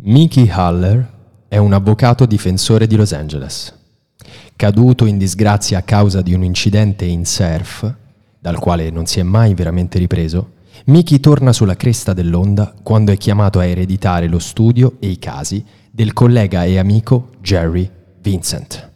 Mickey Haller è un avvocato difensore di Los Angeles. Caduto in disgrazia a causa di un incidente in surf, dal quale non si è mai veramente ripreso, Mickey torna sulla cresta dell'onda quando è chiamato a ereditare lo studio e i casi del collega e amico Jerry Vincent.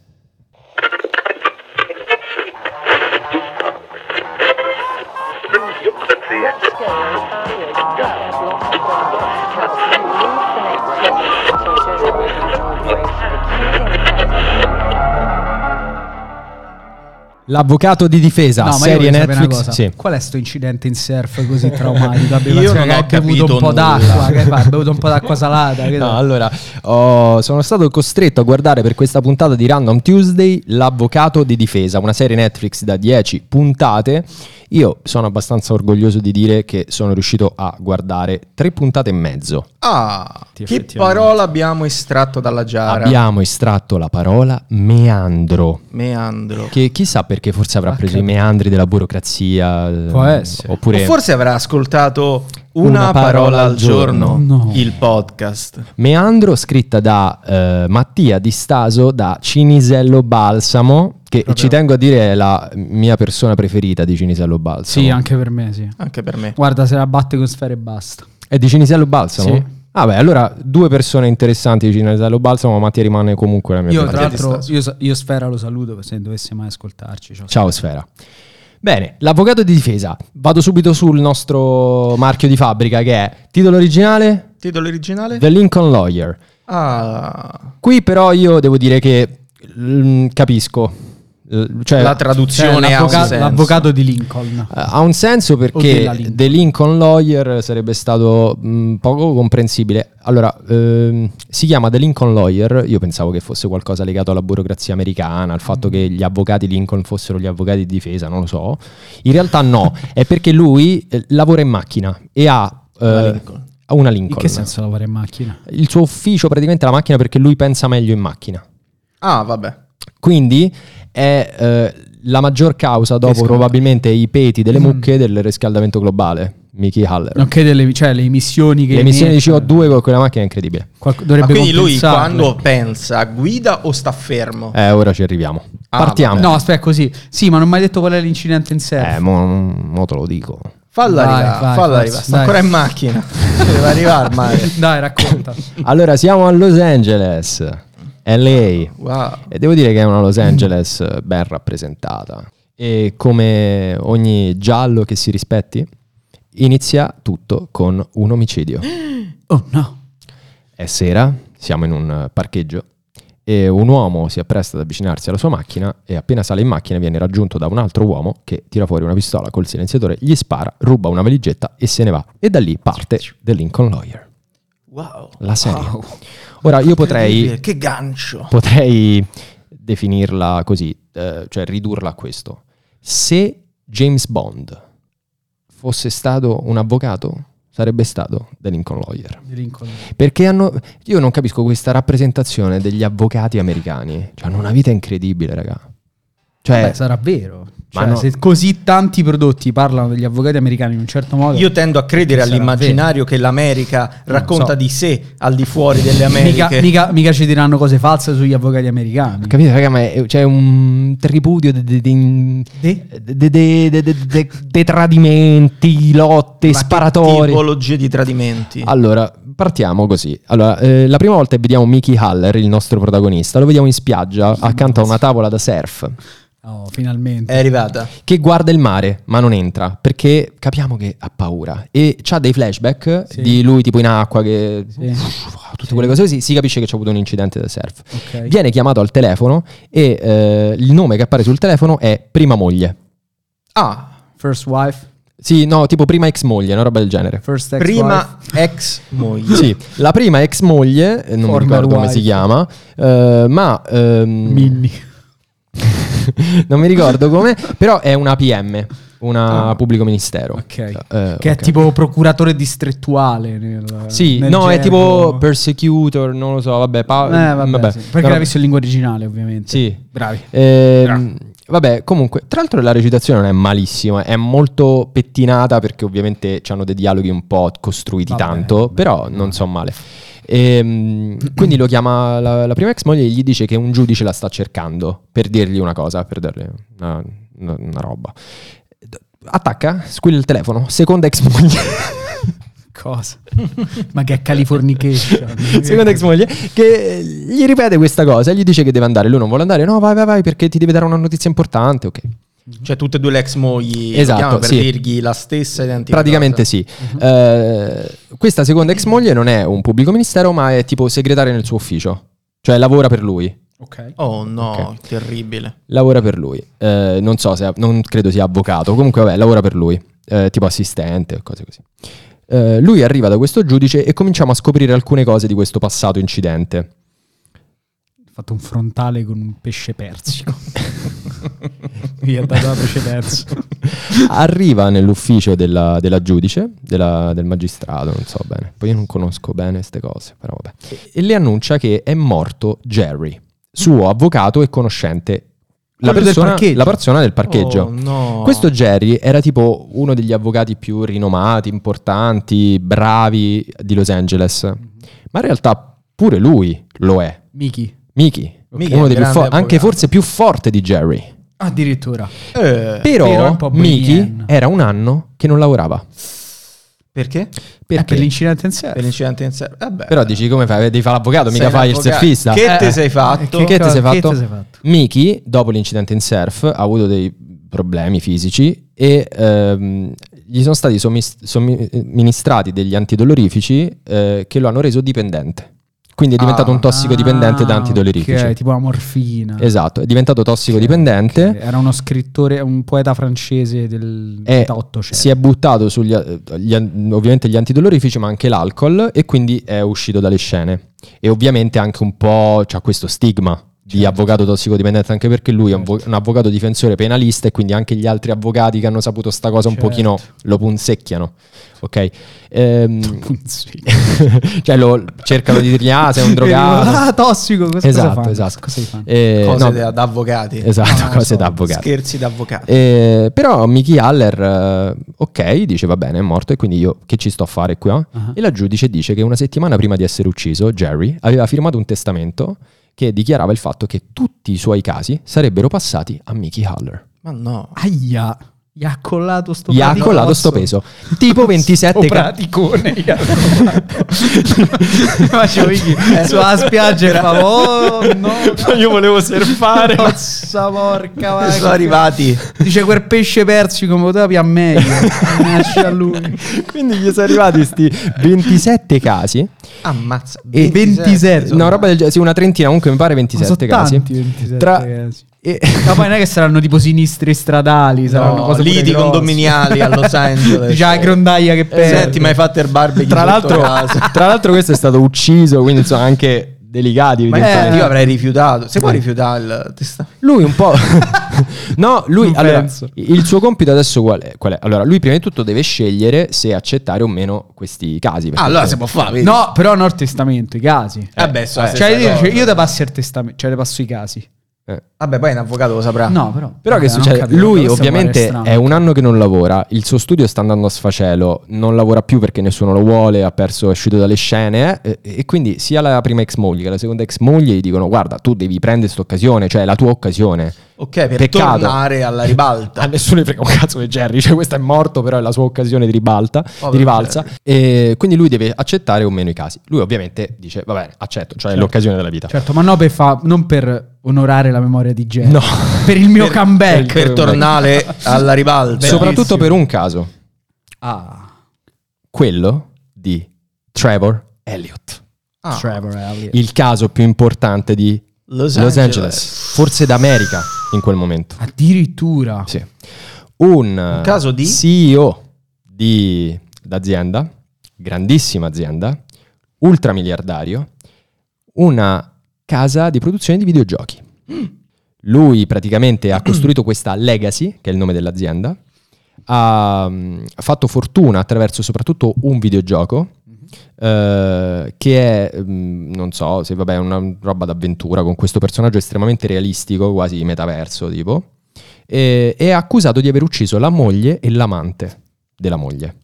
L'avvocato di difesa, No, ma io serie voglio sapere Netflix. una cosa. Sì. Qual è sto incidente in surf così traumatico? Abbi Io pensato non che ho ha bevuto un capito po' nulla. d'acqua, che fa? Ha bevuto un po' d'acqua salata, che No, allora, ho- sono stato costretto a guardare per questa puntata di Random Tuesday L'avvocato di difesa, una serie Netflix da 10 puntate. Io sono abbastanza orgoglioso di dire che sono riuscito a guardare tre puntate e mezzo. Ah, Sì, che effettivamente. parola abbiamo estratto dalla giara? Abbiamo estratto la parola meandro. Meandro. Che chissà perché forse avrà Ah, preso i capito. meandri della burocrazia. Può eh, essere. Oppure O forse avrà ascoltato una, Una parola, parola al al giorno, giorno. No. il podcast. Meandro, scritta da eh, Mattia Di Staso da Cinisello Balsamo, che Proprio. ci tengo a dire è la mia persona preferita di Cinisello Balsamo. Sì, anche per me, sì. Anche per me. Guarda, se la batte con sfere e basta. È di Cinisello Balsamo? Sì. Ah beh, allora due persone interessanti di Cinisello Balsamo, ma Mattia rimane comunque la mia Io, preferita. tra Mattia Di l'altro, Staso. io, io Sfera lo saluto se dovesse mai ascoltarci. cioè, ciao. Ciao Sfera. Bene, l'avvocato di difesa. Vado subito sul nostro marchio di fabbrica che è titolo originale Titolo originale? The Lincoln Lawyer. ah, Qui però io devo dire che mm, capisco. L- cioè- la Cioè, traduzione ha un l'avvoca- senso. l'avvocato di Lincoln. Eh, ha un senso O della perché Lincoln. The Lincoln Lawyer sarebbe stato mh, poco comprensibile. Allora, ehm, si chiama The Lincoln Lawyer, io pensavo che fosse qualcosa legato alla burocrazia americana, al Mm. fatto che gli avvocati Lincoln fossero gli avvocati di difesa, non lo so. In realtà no, è perché lui eh, lavora in macchina e ha La eh, Lincoln. ha una In Lincoln. Eh. che senso lavora in macchina? Il suo ufficio praticamente è la macchina perché lui pensa meglio in macchina. Ah, vabbè. Quindi è eh, la maggior causa dopo Escono. probabilmente i peti delle mucche del riscaldamento globale, Mickey Haller. Nonché delle cioè, le emissioni che Le emissioni di emette. CO2 con quella macchina è incredibile. Qualc- Ma dovrebbe quindi lui compensarle. quando pensa, guida o sta fermo? Eh, ora ci arriviamo. Ah, Partiamo. No, aspetta, così. Sì, ma non mi hai detto qual è l'incidente in sé. Eh, mo, mo te lo dico. Falla Vai, arrivare, vai, falla forza, arrivare. Sta dai. ancora in macchina. Deve arrivare ormai. Dai, racconta. Allora, siamo a Los Angeles, LA. Wow. E devo dire che è una Los Angeles eh, ben rappresentata. E come ogni giallo che si rispetti, inizia tutto con un omicidio. Oh no. È sera, siamo in un eh, parcheggio e un uomo si appresta ad avvicinarsi alla sua macchina e appena sale in macchina viene raggiunto da un altro uomo che tira fuori una pistola col silenziatore, gli spara, ruba una valigetta e se ne va. E da lì parte The Lincoln Lawyer, Wow. la serie. Wow. Ora io potrei, Incredibile, Che gancio. potrei definirla così, eh, cioè ridurla a questo. Se James Bond fosse stato un avvocato, sarebbe stato The Lincoln Lawyer. Di Lincoln. Perché hanno. Io non capisco questa rappresentazione degli avvocati americani. Cioè, hanno una vita incredibile, raga. Cioè, Beh, sarà vero. Cioè, Ma no. se così tanti prodotti parlano degli avvocati americani in un certo modo. Io tendo a credere Sarà all'immaginario che l'America Non racconta so. di sé al di fuori delle mica, Americhe. mica- mica ci diranno cose false sugli avvocati americani. capite, raga, ma è- c'è un tripudio de- de- de- De? de- de- de- de- de- de tradimenti, lotte, Ma che sparatori. Ah. Tipologie di tradimenti. Allora, partiamo così. Allora, eh, la prima volta che vediamo Mickey Haller, il nostro protagonista, lo vediamo in spiaggia accanto a una tavola da surf. Oh, finalmente. È Eh, arrivata. che guarda il mare ma non entra perché capiamo che ha paura e ha dei flashback Sì. di lui tipo in acqua che Sì. uff, tutte Sì. quelle cose così si capisce che c'è avuto un incidente da surf Ok. viene chiamato al telefono e eh, il nome che appare sul telefono è prima moglie Ah, First wife, sì no tipo prima ex moglie una roba del genere first ex prima ex moglie. sì, la prima ex moglie, eh, non mi Former ricordo come wife. si chiama, eh, ma ehm, wife. Minni. non mi ricordo come, però è una PM, una Ah. pubblico ministero. Ok. Eh, Che è ok. tipo procuratore distrettuale. nel- Sì, nel no, è gergo. tipo persecutor, non lo so, vabbè, pa- Eh, vabbè, vabbè. sì. Perché No, l'ha visto in lingua originale, ovviamente. Sì. Bravi. Ehm, vabbè, comunque, tra l'altro la recitazione non è malissima, è molto pettinata perché ovviamente hanno dei dialoghi un po' costruiti Vabbè, tanto, vabbè, però vabbè. non so male. E, mm, quindi lo chiama la, la prima ex moglie e gli dice che un giudice la sta cercando per dirgli una cosa, per darle una, una- una roba. Attacca, squilla il telefono, seconda ex moglie. Cosa? Ma che è californication. seconda ex moglie che gli ripete questa cosa e gli dice che deve andare. Lui non vuole andare. No, vai, vai, vai, perché ti deve dare una notizia importante. Ok. Cioè, tutte e due le ex mogli. Esatto, chiama Per sì. dirgli la stessa identica. Praticamente sì. Eh, questa seconda ex moglie non è un pubblico ministero, ma è tipo segretaria nel suo ufficio. Cioè lavora per lui. Ok. Oh no, Ok. terribile. Lavora per lui. Eh, non so se non credo sia avvocato, comunque vabbè, lavora per lui, Eh, tipo assistente o cose così. Eh, lui arriva da questo giudice e cominciamo a scoprire alcune cose di questo passato incidente. Ho fatto un frontale con un pesce persico. Mi ha dato la pesce persico. Arriva nell'ufficio della, della giudice, della- del magistrato, non so bene. Poi io non conosco bene queste cose, però vabbè. E- E le annuncia che è morto Jerry, suo avvocato e conoscente. La Quello del persona, parcheggio. la persona del parcheggio. Oh no. Questo Jerry era tipo uno degli avvocati più rinomati, importanti, bravi di Los Angeles. Ma in realtà pure lui lo è. Miki. Miki, Miki uno è dei più grande forti, anche avvocato. forse più forte di Jerry. Addirittura. Eh, però è Però, un po' Miki bohemian. era un anno che non lavorava. perché? Eh, Per Perché? l'incidente in sé. Per l'incidente in server. Vabbè. Però dici come fai? Devi fare l'avvocato, Sei mica fai il l'avvocato. surfista. Che Eh, te eh. sei fatto? Che te co- sei fatto? Che te sei fatto? Miki, dopo l'incidente in surf, ha avuto dei problemi fisici e ehm, gli sono stati sommis- somministrati degli antidolorifici eh, che lo hanno reso dipendente. Quindi è diventato Ah, un tossicodipendente da Ah, antidolorifici. ok, tipo la morfina. Esatto, è diventato tossicodipendente. Ok, Era uno scrittore, un poeta francese del Eh, Ottocento. Si è buttato sugli eh, gli an- ovviamente gli antidolorifici, ma anche l'alcol, e quindi è uscito dalle scene. E ovviamente anche un po' c'ha questo stigma di Certo. avvocato tossicodipendente, anche perché lui è un, vo- Certo. un avvocato difensore penalista, e quindi anche gli altri avvocati che hanno saputo sta cosa un Certo. pochino lo punzecchiano. Ok? Ehm, Sì. cioè lo- cercano di dirgli: Ah, sei un drogato. Ah, tossico. Cosa, Esatto, cosa fanno? esatto. Cosa gli fanno? Eh, Cose no, da, da avvocati. Esatto, No, no, cose so, da avvocato. Scherzi da avvocati. Eh, però Mickey Haller, eh, ok, dice va bene, è morto e quindi io che ci sto a fare qua? Ah. E la giudice dice che una settimana prima di essere ucciso, Jerry aveva firmato un testamento che dichiarava il fatto che tutti i suoi casi sarebbero passati a Mickey Haller. Ma no. Aia, gli ha collato sto Gli ha pratico collato sto rosso. peso. Tipo 27 Sto ca- praticone gli ha collato. Faccio Vicky sulla spiaggia e fa oh no. Ma io volevo surfare. Cazza porca vacca. Sono arrivati. Dice quel pesce persico mi poteva più meglio. Nasce a lui. Quindi gli sono arrivati questi 27 casi. Ammazza. E 27, No, roba del genere, sì, una trentina, comunque mi pare Ma 27 sono casi. tanti 27 Tra- casi. E- Ma poi non è che saranno tipo sinistri stradali, saranno No, cose pure liti grosse. condominiali a Los Angeles. Eh, Già la grondaia che perde. Senti, ma hai fatto il barbecue tra, sotto l'altro, casa? Eh, tra l'altro questo è stato ucciso, quindi sono anche delicati. Ma evidentemente. infatti io avrei rifiutato. Se Eh. puoi rifiutare il testamento. Lui un po'... no, lui... Non Allora, penso. il suo compito adesso qual è? qual è? Allora, lui prima di tutto deve scegliere se accettare o meno questi casi. perché- Ah, allora si può fare. vedi? No, però non il testamento, i casi. Vabbè, so la eh, stessa Cioè, io, cosa. cioè, io te passo il testamento, cioè te passo i casi. Eh. Vabbè, poi un avvocato lo saprà. No, però. Ah. Però che vabbè, Eh, non succede? capito, Lui questo ovviamente pare strano. è un anno che non lavora, il suo studio sta andando a sfacelo, non lavora più perché nessuno lo vuole, ha perso, è uscito dalle scene eh, e, e quindi sia la prima ex moglie che la seconda ex moglie gli dicono guarda tu devi prendere questa occasione, cioè è la tua occasione. Ok, per Peccato. tornare alla ribalta. Ah, A nessuno gli frega un cazzo di Jerry, cioè questo è morto però è la sua occasione di ribalta, Povero di rivalsa e quindi lui deve accettare o meno i casi. Lui ovviamente dice vabbè accetto, cioè è Certo. l'occasione della vita. Certo, ma no per fa- non per onorare la memoria di Cioè, Jerry. No. Per il mio Per- comeback. Per tornare alla ribalta. Soprattutto per un caso, Ah, quello di Trevor Elliott. Ah, Trevor Elliott. il caso più importante di Los, Los Angeles, forse d'America in quel momento. Addirittura. Sì. Un, eh, caso di? CEO di d'azienda, grandissima azienda, ultramiliardario, una casa di produzione di videogiochi. Lui praticamente ha costruito questa legacy, che è il nome dell'azienda, ha mm, fatto fortuna attraverso soprattutto un videogioco eh, che è, mm, non so, se vabbè, è una roba d'avventura con questo personaggio estremamente realistico, quasi metaverso tipo, e, e è accusato di aver ucciso la moglie e l'amante della moglie.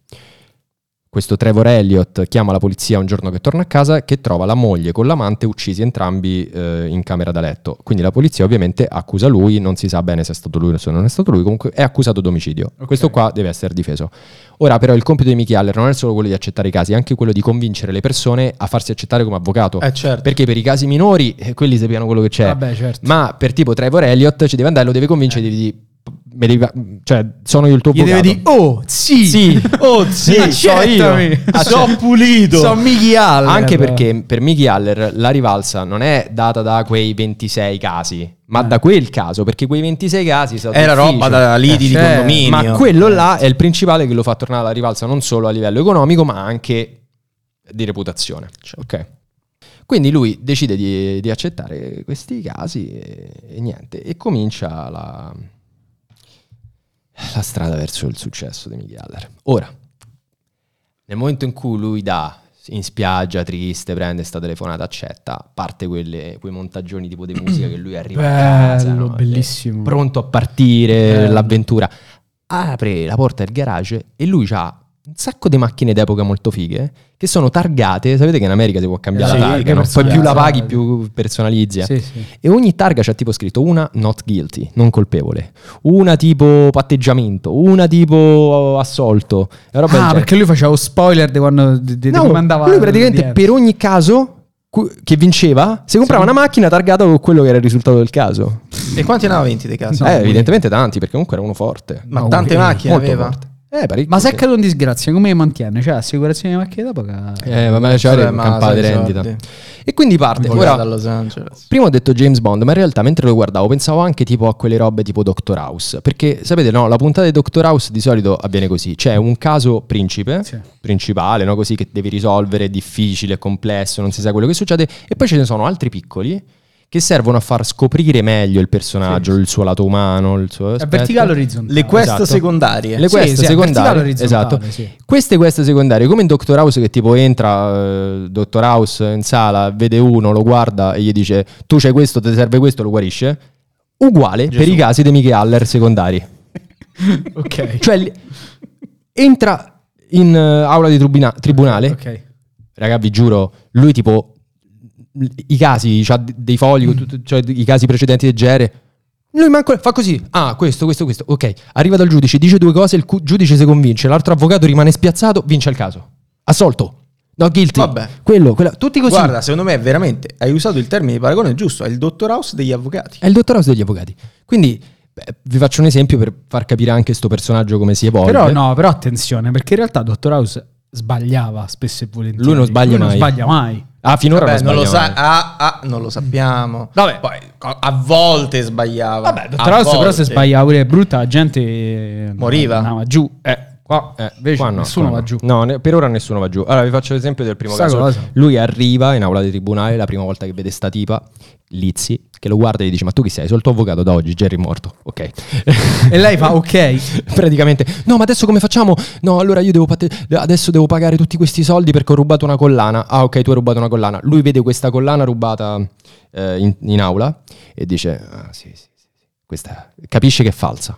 Questo Trevor Elliott chiama la polizia un giorno che torna a casa che trova la moglie con l'amante uccisi entrambi eh, in camera da letto. Quindi la polizia ovviamente accusa lui, non si sa bene se è stato lui o se non è stato lui, comunque è accusato d'omicidio. Ok. Questo qua deve essere difeso. Ora però il compito di Mickey Haller non è solo quello di accettare i casi, è anche quello di convincere le persone a farsi accettare come avvocato. Eh certo. Perché per i casi minori eh, quelli sappiano quello che c'è. Vabbè, certo. Ma per tipo Trevor Elliott ci deve andare, lo deve convincere di- di... me devi fa- cioè, sono io il tuo Gli deve avvocato. dire, oh, sì, Sì. oh, sì, Sì, so io. accettami. Ah, Sono cioè- pulito. So Mickey Haller. Anche perché per Mickey Haller la rivalsa non è data da quei 26 casi, ma Eh. da quel caso, perché quei 26 casi è stato Era ufficio. roba da liti Eh, di certo. condominio. Ma quello là è il principale che lo fa tornare alla rivalsa non solo a livello economico, ma anche di reputazione. Certo. Ok. Quindi lui decide di, di accettare questi casi e, e niente, e comincia la, la strada verso il successo di Mickey Haller. Ora, nel momento in cui lui dà in spiaggia, triste, prende sta telefonata, accetta, parte quelle- quei montaggioni tipo di musica che lui arriva a casa, Bello, no? cioè, bellissimo. pronto a partire Bello. l'avventura. Apre la porta del garage e lui ha un sacco di macchine d'epoca molto fighe eh, che sono targate. Sapete che in America si può cambiare Sì, la che targa, no? poi più la personalizza. paghi, più personalizzi. eh. Sì, sì. E ogni targa c'è tipo scritto una not guilty, non colpevole, una tipo patteggiamento, una tipo eh, assolto. e roba del Ah, genere. perché lui faceva lo spoiler di quando di, di- di No, come andava lui praticamente dietro. per ogni caso cu- che vinceva si comprava Sì. una macchina targata con quello che era il risultato del caso. E quanti ne aveva 20 dei casi? No, Eh, quindi- evidentemente tanti, perché comunque era uno forte. Ma No, tante quindi- macchine Molto aveva. forte. Eh, parecchio, Ma se è sì. caduto in disgrazia, come mantiene? Cioè, assicurazione di macchina dopo che... Eh, vabbè, c'è Vabbè, il ma campata di sai i rendita. soldi. E quindi parte. Ora da Ora, Los Angeles. prima ho detto James Bond, ma in realtà mentre lo guardavo pensavo anche tipo a quelle robe tipo Doctor House. Perché sapete, no, la puntata di Doctor House di solito avviene così: c'è un caso principe, Sì. principale, no? così che devi risolvere, difficile, complesso, non si sa quello che succede, e poi ce ne sono altri piccoli. Che servono a far scoprire meglio il personaggio, Sì. il suo lato umano, il suo. È aspetto. verticale o orizzontale? Le quest Esatto. secondarie. Le quest Sì, sì, è verticale o secondarie. orizzontale, Esatto. sì. Queste queste secondarie, come in Doctor House che tipo entra eh, Doctor House in sala, vede uno, lo guarda e gli dice tu c'hai questo, ti serve questo, lo guarisce. Uguale per Gesù. i casi dei Mickey Haller secondari. ok. Cioè li- entra in eh, aula di tribuna- tribunale, Ah, Ok. raga vi giuro, lui tipo l- i casi, c'ha d- dei fogli, con tutto- cioè, i casi precedenti del genere. Lui manco fa così. Ah, questo, questo, questo. Ok, arriva dal giudice, dice due cose, il cu- giudice si convince, l'altro avvocato rimane spiazzato, vince il caso. Assolto. No, guilty. Vabbè. Quello, quella- tutti così. Guarda, secondo me veramente hai usato il termine di paragone giusto, è il dottor House degli avvocati. È il dottor House degli avvocati. Quindi beh, vi faccio un esempio per far capire anche sto personaggio come si evolve. Però no, però attenzione, perché in realtà Dottor House sbagliava spesso e volentieri. Lui non sbaglia non mai. sbaglia mai. Ah, finora Vabbè, non, non lo sbaglia sa- mai. ah, ah, non lo sappiamo. Eh, Vabbè. Poi co- a volte sbagliava. Vabbè, Dottor a House però volte. se sbagliava pure è brutta, la gente eh, Moriva. Andava giù. Eh, qua, Eh, invece qua no, nessuno qua va no. giù. No, ne- per ora nessuno va giù. Allora vi faccio l'esempio del primo Sta caso. cosa. Lui arriva in aula di tribunale la prima volta che vede sta tipa, Lizzi, che lo guarda e gli dice "Ma tu chi sei? Sono il tuo avvocato da oggi, Jerry è morto". Ok. E lei fa ok. Praticamente, no, ma adesso come facciamo? No, allora io devo patte- adesso devo pagare tutti questi soldi perché ho rubato una collana. Ah, ok, tu hai rubato una collana. Lui vede questa collana rubata eh, in, in aula e dice: "Ah, sì, sì, sì, sì, questa è-". capisce che è falsa.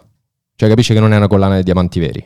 Cioè capisce che non è una collana di diamanti veri.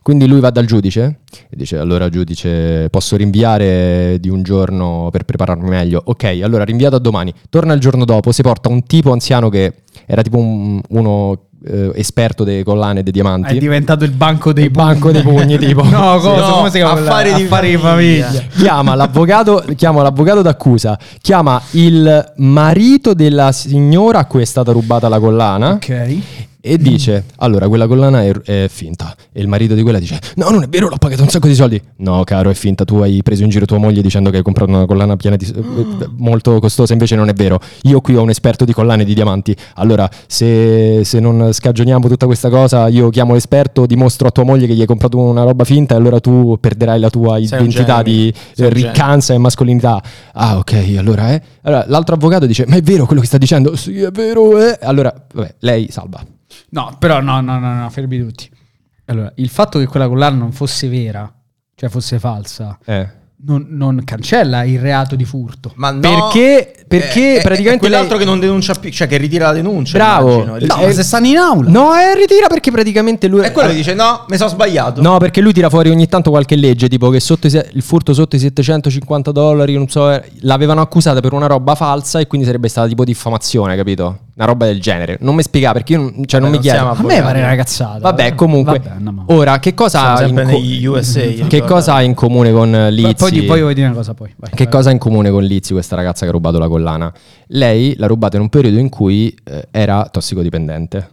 Quindi lui va dal giudice e dice: Allora, giudice, posso rinviare di un giorno per prepararmi meglio? Ok, allora rinviato a domani. Torna il giorno dopo, si porta un tipo anziano che era tipo un- uno eh, esperto delle collane e dei diamanti. È diventato il banco dei Il banco dei pugni, tipo. No, Sì. cosa, No, come si chiama? quella- affari di affari famiglia. Chiama l'avvocato, chiama l'avvocato d'accusa, chiama il marito della signora a cui è stata rubata la collana Ok. e dice: Allora, quella collana è, è finta. E il marito di quella dice: No, non è vero, l'ho pagato un sacco di soldi. No, caro, è finta. Tu hai preso in giro tua moglie dicendo che hai comprato una collana piena di, eh, molto costosa. Invece non è vero. Io qui ho un esperto di collane di diamanti. Allora, se, se non scagioniamo tutta questa cosa, io chiamo l'esperto, dimostro a tua moglie che gli hai comprato una roba finta. E allora tu perderai la tua Sei un identità genio. di Sei eh, un genio. riccanza e mascolinità. Ah, ok, allora, eh. Allora, l'altro avvocato dice: Ma è vero quello che sta dicendo? Sì, è vero, eh. Allora, vabbè, lei salva. No, però no, no, no, no, fermi tutti. Allora, il fatto che quella collana non fosse vera, cioè fosse falsa, Eh. non, non cancella il reato di furto. Ma no, Perché- perché è- è- praticamente è quell'altro lei- che non denuncia più, cioè che ritira la denuncia. Bravo. immagino. No, È- eh, se stanno in aula. No, eh, ritira perché praticamente lui... è quello che dice no, mi sono sbagliato. No, perché lui tira fuori ogni tanto qualche legge, tipo che sotto i se- il furto sotto i 750 dollari, non so, eh, l'avevano accusata per una roba falsa e quindi sarebbe stata tipo diffamazione, capito? Una roba del genere. Non mi spiega perché io non, cioè, non Beh, mi Eh, non chiedo. siamo A me pare ragazzata. Vabbè, comunque. Vabbè, andiamo. Ora, che cosa, Siamo ha in, sempre co- negli USA. che ricordo. cosa ha in comune con eh, Poi- Lizzy? Poi, poi vuoi dire una cosa poi. vai, Che vai. cosa ha in comune con Lizzy, questa ragazza che ha rubato la collana? Lei l'ha rubata in un periodo in cui eh, era tossicodipendente.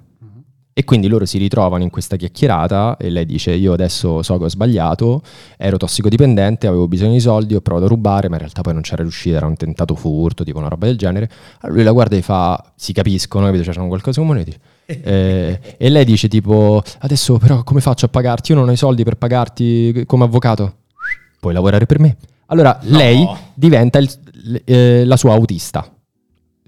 E quindi loro si ritrovano in questa chiacchierata e lei dice io adesso so che ho sbagliato, ero tossicodipendente, avevo bisogno di soldi, ho provato a rubare, ma in realtà poi non c'era riuscita, era un tentato furto, tipo una roba del genere. Allora lui la guarda e fa, si capiscono, capito? Cioè, c'è qualcosa in comune e dice, eh, e lei dice tipo, adesso però come faccio a pagarti? Io non ho i soldi per pagarti come avvocato. Puoi lavorare per me. Allora No. lei diventa il- l- eh, la sua autista.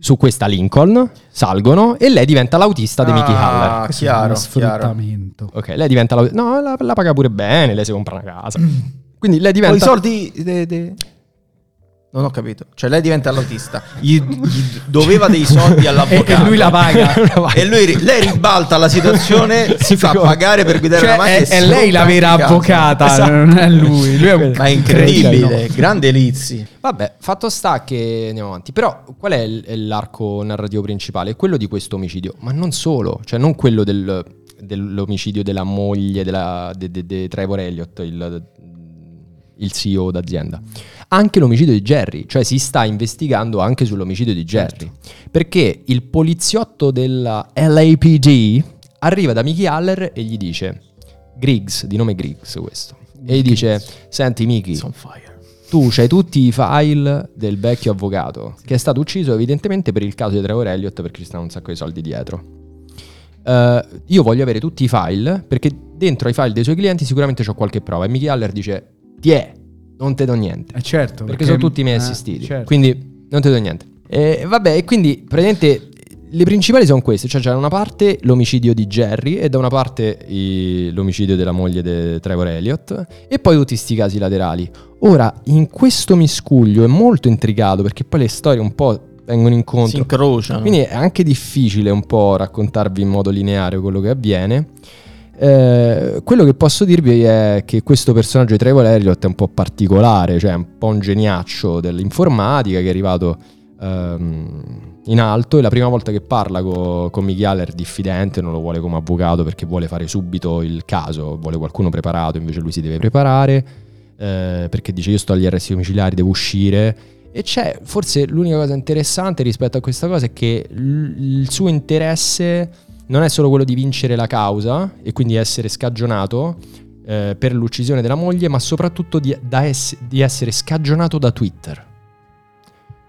Su questa Lincoln salgono e lei diventa l'autista di Mickey Haller. Ah, Questo è chiaro, uno chiaro. sfruttamento. Ok, lei diventa la... No, la, la paga pure bene, lei si compra una casa. Quindi lei Con Mm. i diventa... soldi. de- de- Non ho capito. Cioè, lei diventa l'autista. Gli, gli doveva dei soldi all'avvocato. E- e lui la paga. E lui ri- lei ribalta la situazione, si fa pagare per guidare Cioè, la macchina. è, e si è lei la rompe vera in casa. avvocata, non è lui. Lui è un Ma è incredibile, grande Lizzi. Vabbè, fatto sta che andiamo avanti. Però qual è il- l'arco narrativo principale? È Quello di questo omicidio, ma non solo. Cioè non quello del- dell'omicidio della moglie della, de, de- de Trevor Elliott, il, il CEO d'azienda. Anche l'omicidio di Jerry, cioè si sta investigando anche sull'omicidio di Jerry. Perché il poliziotto della LAPD arriva da Mickey Haller e gli dice, Griggs, di nome Griggs questo, e gli dice, senti Mickey, fire. tu c'hai tutti i file del vecchio avvocato che è stato ucciso evidentemente per il caso di Trevor Elliott perché ci stanno un sacco di soldi dietro. Eh, io voglio avere tutti i file perché dentro ai file dei suoi clienti sicuramente c'ho qualche prova. E Mickey Haller dice: Ti è, non te do niente. Eh, certo, Perché, sono tutti i miei eh, assistiti. certo. Quindi non ti do niente. E vabbè, e quindi praticamente le principali sono queste: cioè, c'è da una parte l'omicidio di Jerry, e da una parte i- l'omicidio della moglie di Trevor Elliott, e poi tutti sti casi laterali. Ora, in questo miscuglio è molto intricato perché poi le storie un po' vengono Si incontro. incrociano. Quindi è anche difficile un po' raccontarvi in modo lineare quello che avviene. Eh, quello che posso dirvi è che questo personaggio di Trevor Elliott è un po' particolare, cioè è un po' un geniaccio dell'informatica che è arrivato ehm, in alto e la prima volta che parla co- con Mickey Haller è diffidente, non lo vuole come avvocato perché vuole fare subito il caso, vuole qualcuno preparato, invece lui si deve preparare eh, perché dice io sto agli arresti domiciliari, devo uscire. E c'è forse l'unica cosa interessante rispetto a questa cosa è che l- il suo interesse non è solo quello di vincere la causa e quindi essere scagionato eh, per l'uccisione della moglie, ma soprattutto di, da ess- di essere scagionato da Twitter.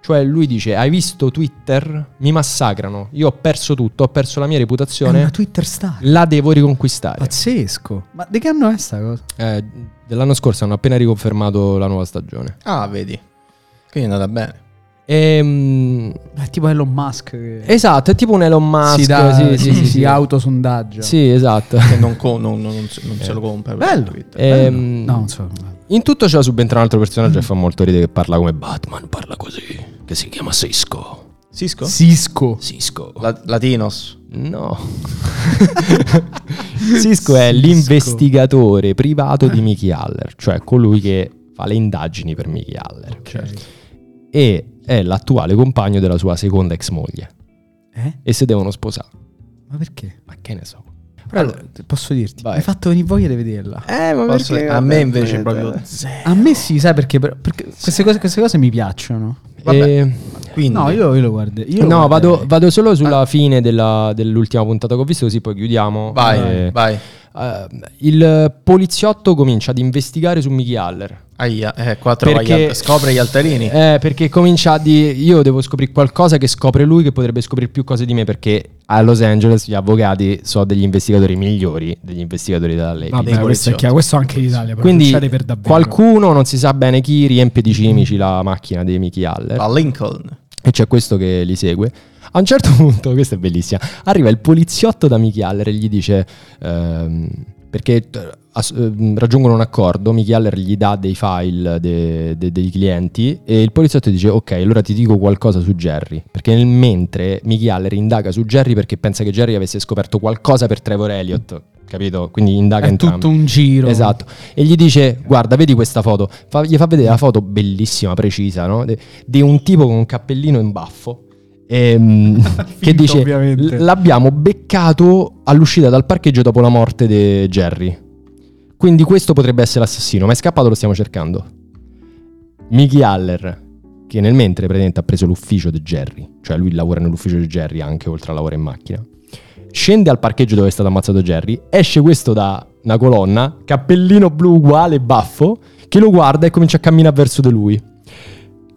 Cioè lui dice, hai visto Twitter? Mi massacrano, io ho perso tutto, ho perso la mia È una reputazione, Twitter star. la devo riconquistare. Pazzesco. Ma di che anno è sta cosa? Eh, dell'anno scorso hanno appena riconfermato la nuova stagione. Ah, vedi. Quindi è andata bene. Ehm, È tipo Elon Musk che esatto, è tipo un Elon Musk. si dà sì, sì, sì, si sì. autosondaggia. Sì, esatto. Che Cioè, non, co- non- non- non se non se lo compra. Eh, per Bello. Ecco. Twitter. Ehm, No, insomma. In tutto ciò subentra un altro personaggio che fa molto ridere, che parla come Batman, parla così, che si chiama Cisco. Cisco? Cisco. Cisco. La- Latinos. No. Cisco è l'investigatore privato di Mickey Haller, cioè colui che fa le indagini per Mickey Haller. E è l'attuale compagno della sua seconda ex moglie. Eh? E si devono sposare. Ma perché? Ma che ne so. Però allora, t- posso dirti, vai. mi hai fatto venire voglia di vederla. Eh, ma Posso- a me invece proprio zero. A me sì, sai perché? Però- perché queste, cose, queste cose mi piacciono. Quindi, No, io, io lo guardo. Io lo no, guarderei. vado, vado solo sulla fine della- dell'ultima puntata che ho visto, così poi chiudiamo. vai, Eh, vai. eh, il poliziotto comincia ad investigare su Mickey Haller. Aia, eh, qua trova gli Perché- alt- scopre gli altarini. Eh, perché comincia a dire: Io devo scoprire qualcosa che scopre lui, che potrebbe scoprire più cose di me. Perché a Los Angeles gli avvocati sono degli investigatori migliori degli investigatori della Lega. Vabbè, dei questo è poliziotti. chiaro, questo anche in Italia, però Quindi succede per davvero. qualcuno, non si sa bene chi, riempie di cimici la macchina di Mickey Haller. La Lincoln. E c'è questo che li segue. A un certo punto, questa è bellissima, arriva il poliziotto da Mickey Haller e gli dice... ehm, perché eh, ass- eh, raggiungono un accordo, Michieller gli dà dei file de- de- dei clienti e il poliziotto dice ok allora ti dico qualcosa su Jerry, perché nel mentre Michieller indaga su Jerry perché pensa che Jerry avesse scoperto qualcosa per Trevor Elliott, capito? Quindi indaga È entrambi. tutto un giro. Esatto. E gli dice: Guarda, vedi questa foto. Fa- gli fa vedere la foto bellissima, precisa, no? De- di un tipo con un cappellino in baffo. ehm, che Finto, dice: ovviamente. L'abbiamo beccato all'uscita dal parcheggio dopo la morte di Jerry. Quindi questo potrebbe essere l'assassino, ma è scappato, lo stiamo cercando. Mickey Haller, che nel mentre praticamente ha preso l'ufficio di Jerry, cioè lui lavora nell'ufficio di Jerry anche oltre a lavorare in macchina, scende al parcheggio dove è stato ammazzato Jerry, esce questo da una colonna, cappellino blu uguale, baffo, che lo guarda e comincia a camminare verso di lui.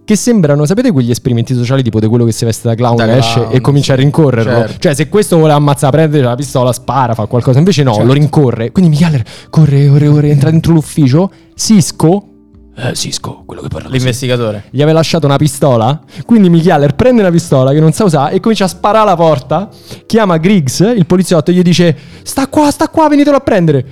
Che sembrano, sapete quegli esperimenti sociali tipo di quello che si veste da clown, Da esce clown, e comincia a sì, rincorrerlo? certo. Cioè, se questo vuole ammazzare, prende la pistola, spara, fa qualcosa, invece no, Certo. lo rincorre. Quindi Michaler corre, corre, corre, entra dentro l'ufficio, Sisco... Eh, Sisco, quello che parla così L'investigatore. gli aveva lasciato una pistola. Quindi Michaler prende una pistola che non sa usare e comincia a sparare alla porta. Chiama Griggs, il poliziotto, e gli dice: Sta qua, sta qua, venitelo a prendere.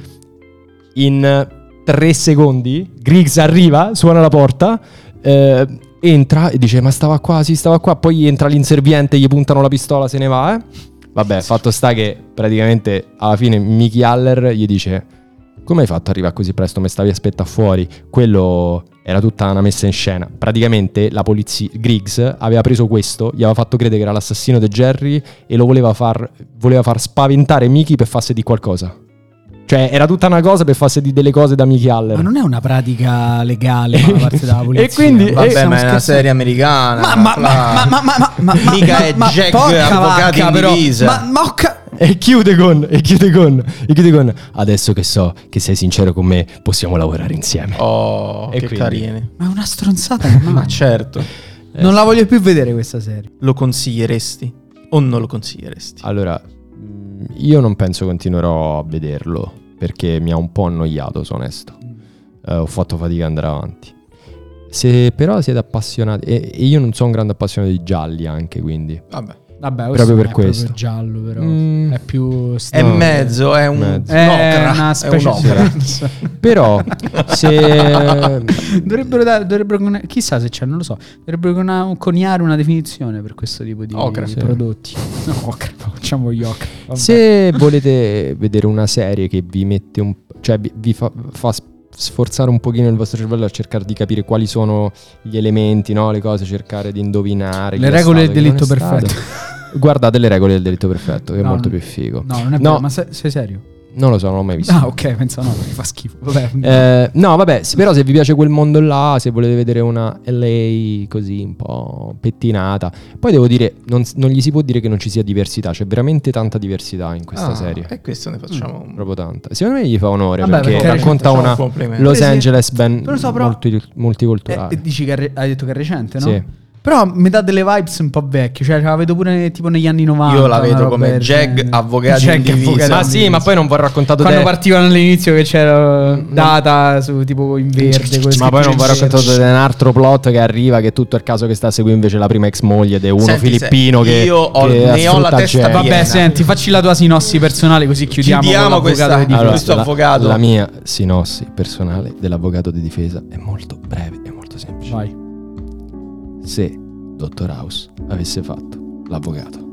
In eh, tre secondi, Griggs arriva, suona la porta. eh, entra e dice: Ma stava qua, sì, stava qua. Poi entra l'inserviente, gli puntano la pistola, se ne va. eh. Vabbè, fatto sta che praticamente alla fine Mickey Haller gli dice: Come hai fatto ad arrivare così presto? Mi stavi aspettando fuori. Quello era tutta una messa in scena. Praticamente la polizia, Griggs, aveva preso questo, gli aveva fatto credere che era l'assassino di Jerry e lo voleva far, voleva far spaventare Mickey per farsi di qualcosa. Cioè, era tutta una cosa per farsi di delle cose da Mickey Haller. Ma non è una pratica legale da parte della polizia. E quindi- Ma Eh, Vabbè, stiamo ma è una scherzando? serie americana. Ma, ma, là. ma, ma, ma, ma, ma, ma, Mica ma- è ma- Jack, porca avvocato vacca, in però. divisa. Ma, ma ho ca- E chiude con, e chiude con, e chiude con. Adesso che so che sei sincero con me, possiamo lavorare insieme. Oh, E che quindi? carini. ma è una stronzata. ma- Ma certo. Eh, Non la voglio più vedere questa serie. Lo consiglieresti? O non lo consiglieresti? Allora, mh, io non penso continuerò a vederlo perché mi ha un po' annoiato, sono onesto. Eh, ho fatto fatica ad andare avanti. Se però siete appassionati, e, e io non sono un grande appassionato di gialli anche, quindi... Vabbè. Vabbè, questo Proprio non per è proprio questo. giallo, però. Mm. È più. Eh, È No. mezzo, è un... Mezzo. è un'ocra, una specie un'ocra. Però, se... dovrebbero dare, dovrebbero con- chissà se c'è, non lo so. Dovrebbero con- coniare una definizione per questo tipo di, Ocra, di sì. prodotti. No, ocra, no, facciamo gli ocra. vabbè. Se volete vedere una serie che vi mette un cioè vi, vi fa, fa s- sforzare un pochino il vostro cervello a cercare di capire quali sono gli elementi, no? le cose, cercare di indovinare. chi le è regole del stato, chi non delitto è stato. perfetto. Guardate le regole del delitto perfetto, che è No, molto no. più ecco. figo. No, non è No. vero, ma se- sei serio? Non lo so, non l'ho mai visto. Ah, ok, penso no, mi fa schifo. Vabbè. Eh, no, vabbè, se- però se vi piace quel mondo là, se volete vedere una LA così un po' pettinata, poi devo dire, non, s- non gli si può dire che non ci sia diversità, c'è veramente tanta diversità in questa Ah, serie. E questo ne facciamo un... Mm. Proprio tanta. Secondo me gli fa onore Vabbè, perché, perché racconta facciamo una un complimento. Los Sì, sì. Angeles ben Però so, però- multi- Eh, multiculturale. eh, dici che è re- hai detto che è recente, no? Sì. Però mi dà delle vibes un po' vecchie, cioè la vedo pure ne- tipo negli anni 90. Io la vedo una roba come del Jag genere. avvocati in Jag divisa. avvocati Ma in sì, divisa. ma poi non vi ho raccontato Quando te- partivano all'inizio che c'era uh, data su tipo in Certo, verde così. ma poi non vi ho Verde. raccontato di un altro plot che arriva che tutto è il caso che sta a seguire invece la prima ex moglie di uno Senti, filippino se- che io ho- che ne ho la sfrutta testa gente. piena. Vabbè, senti, facci la tua sinossi personale così chiudiamo, Chiudiamo con l'avvocato di questa- difesa. Allora, questo avvocato. La mia sinossi personale dell'avvocato di difesa è molto breve e molto semplice. Vai. Se Dottor House avesse fatto l'avvocato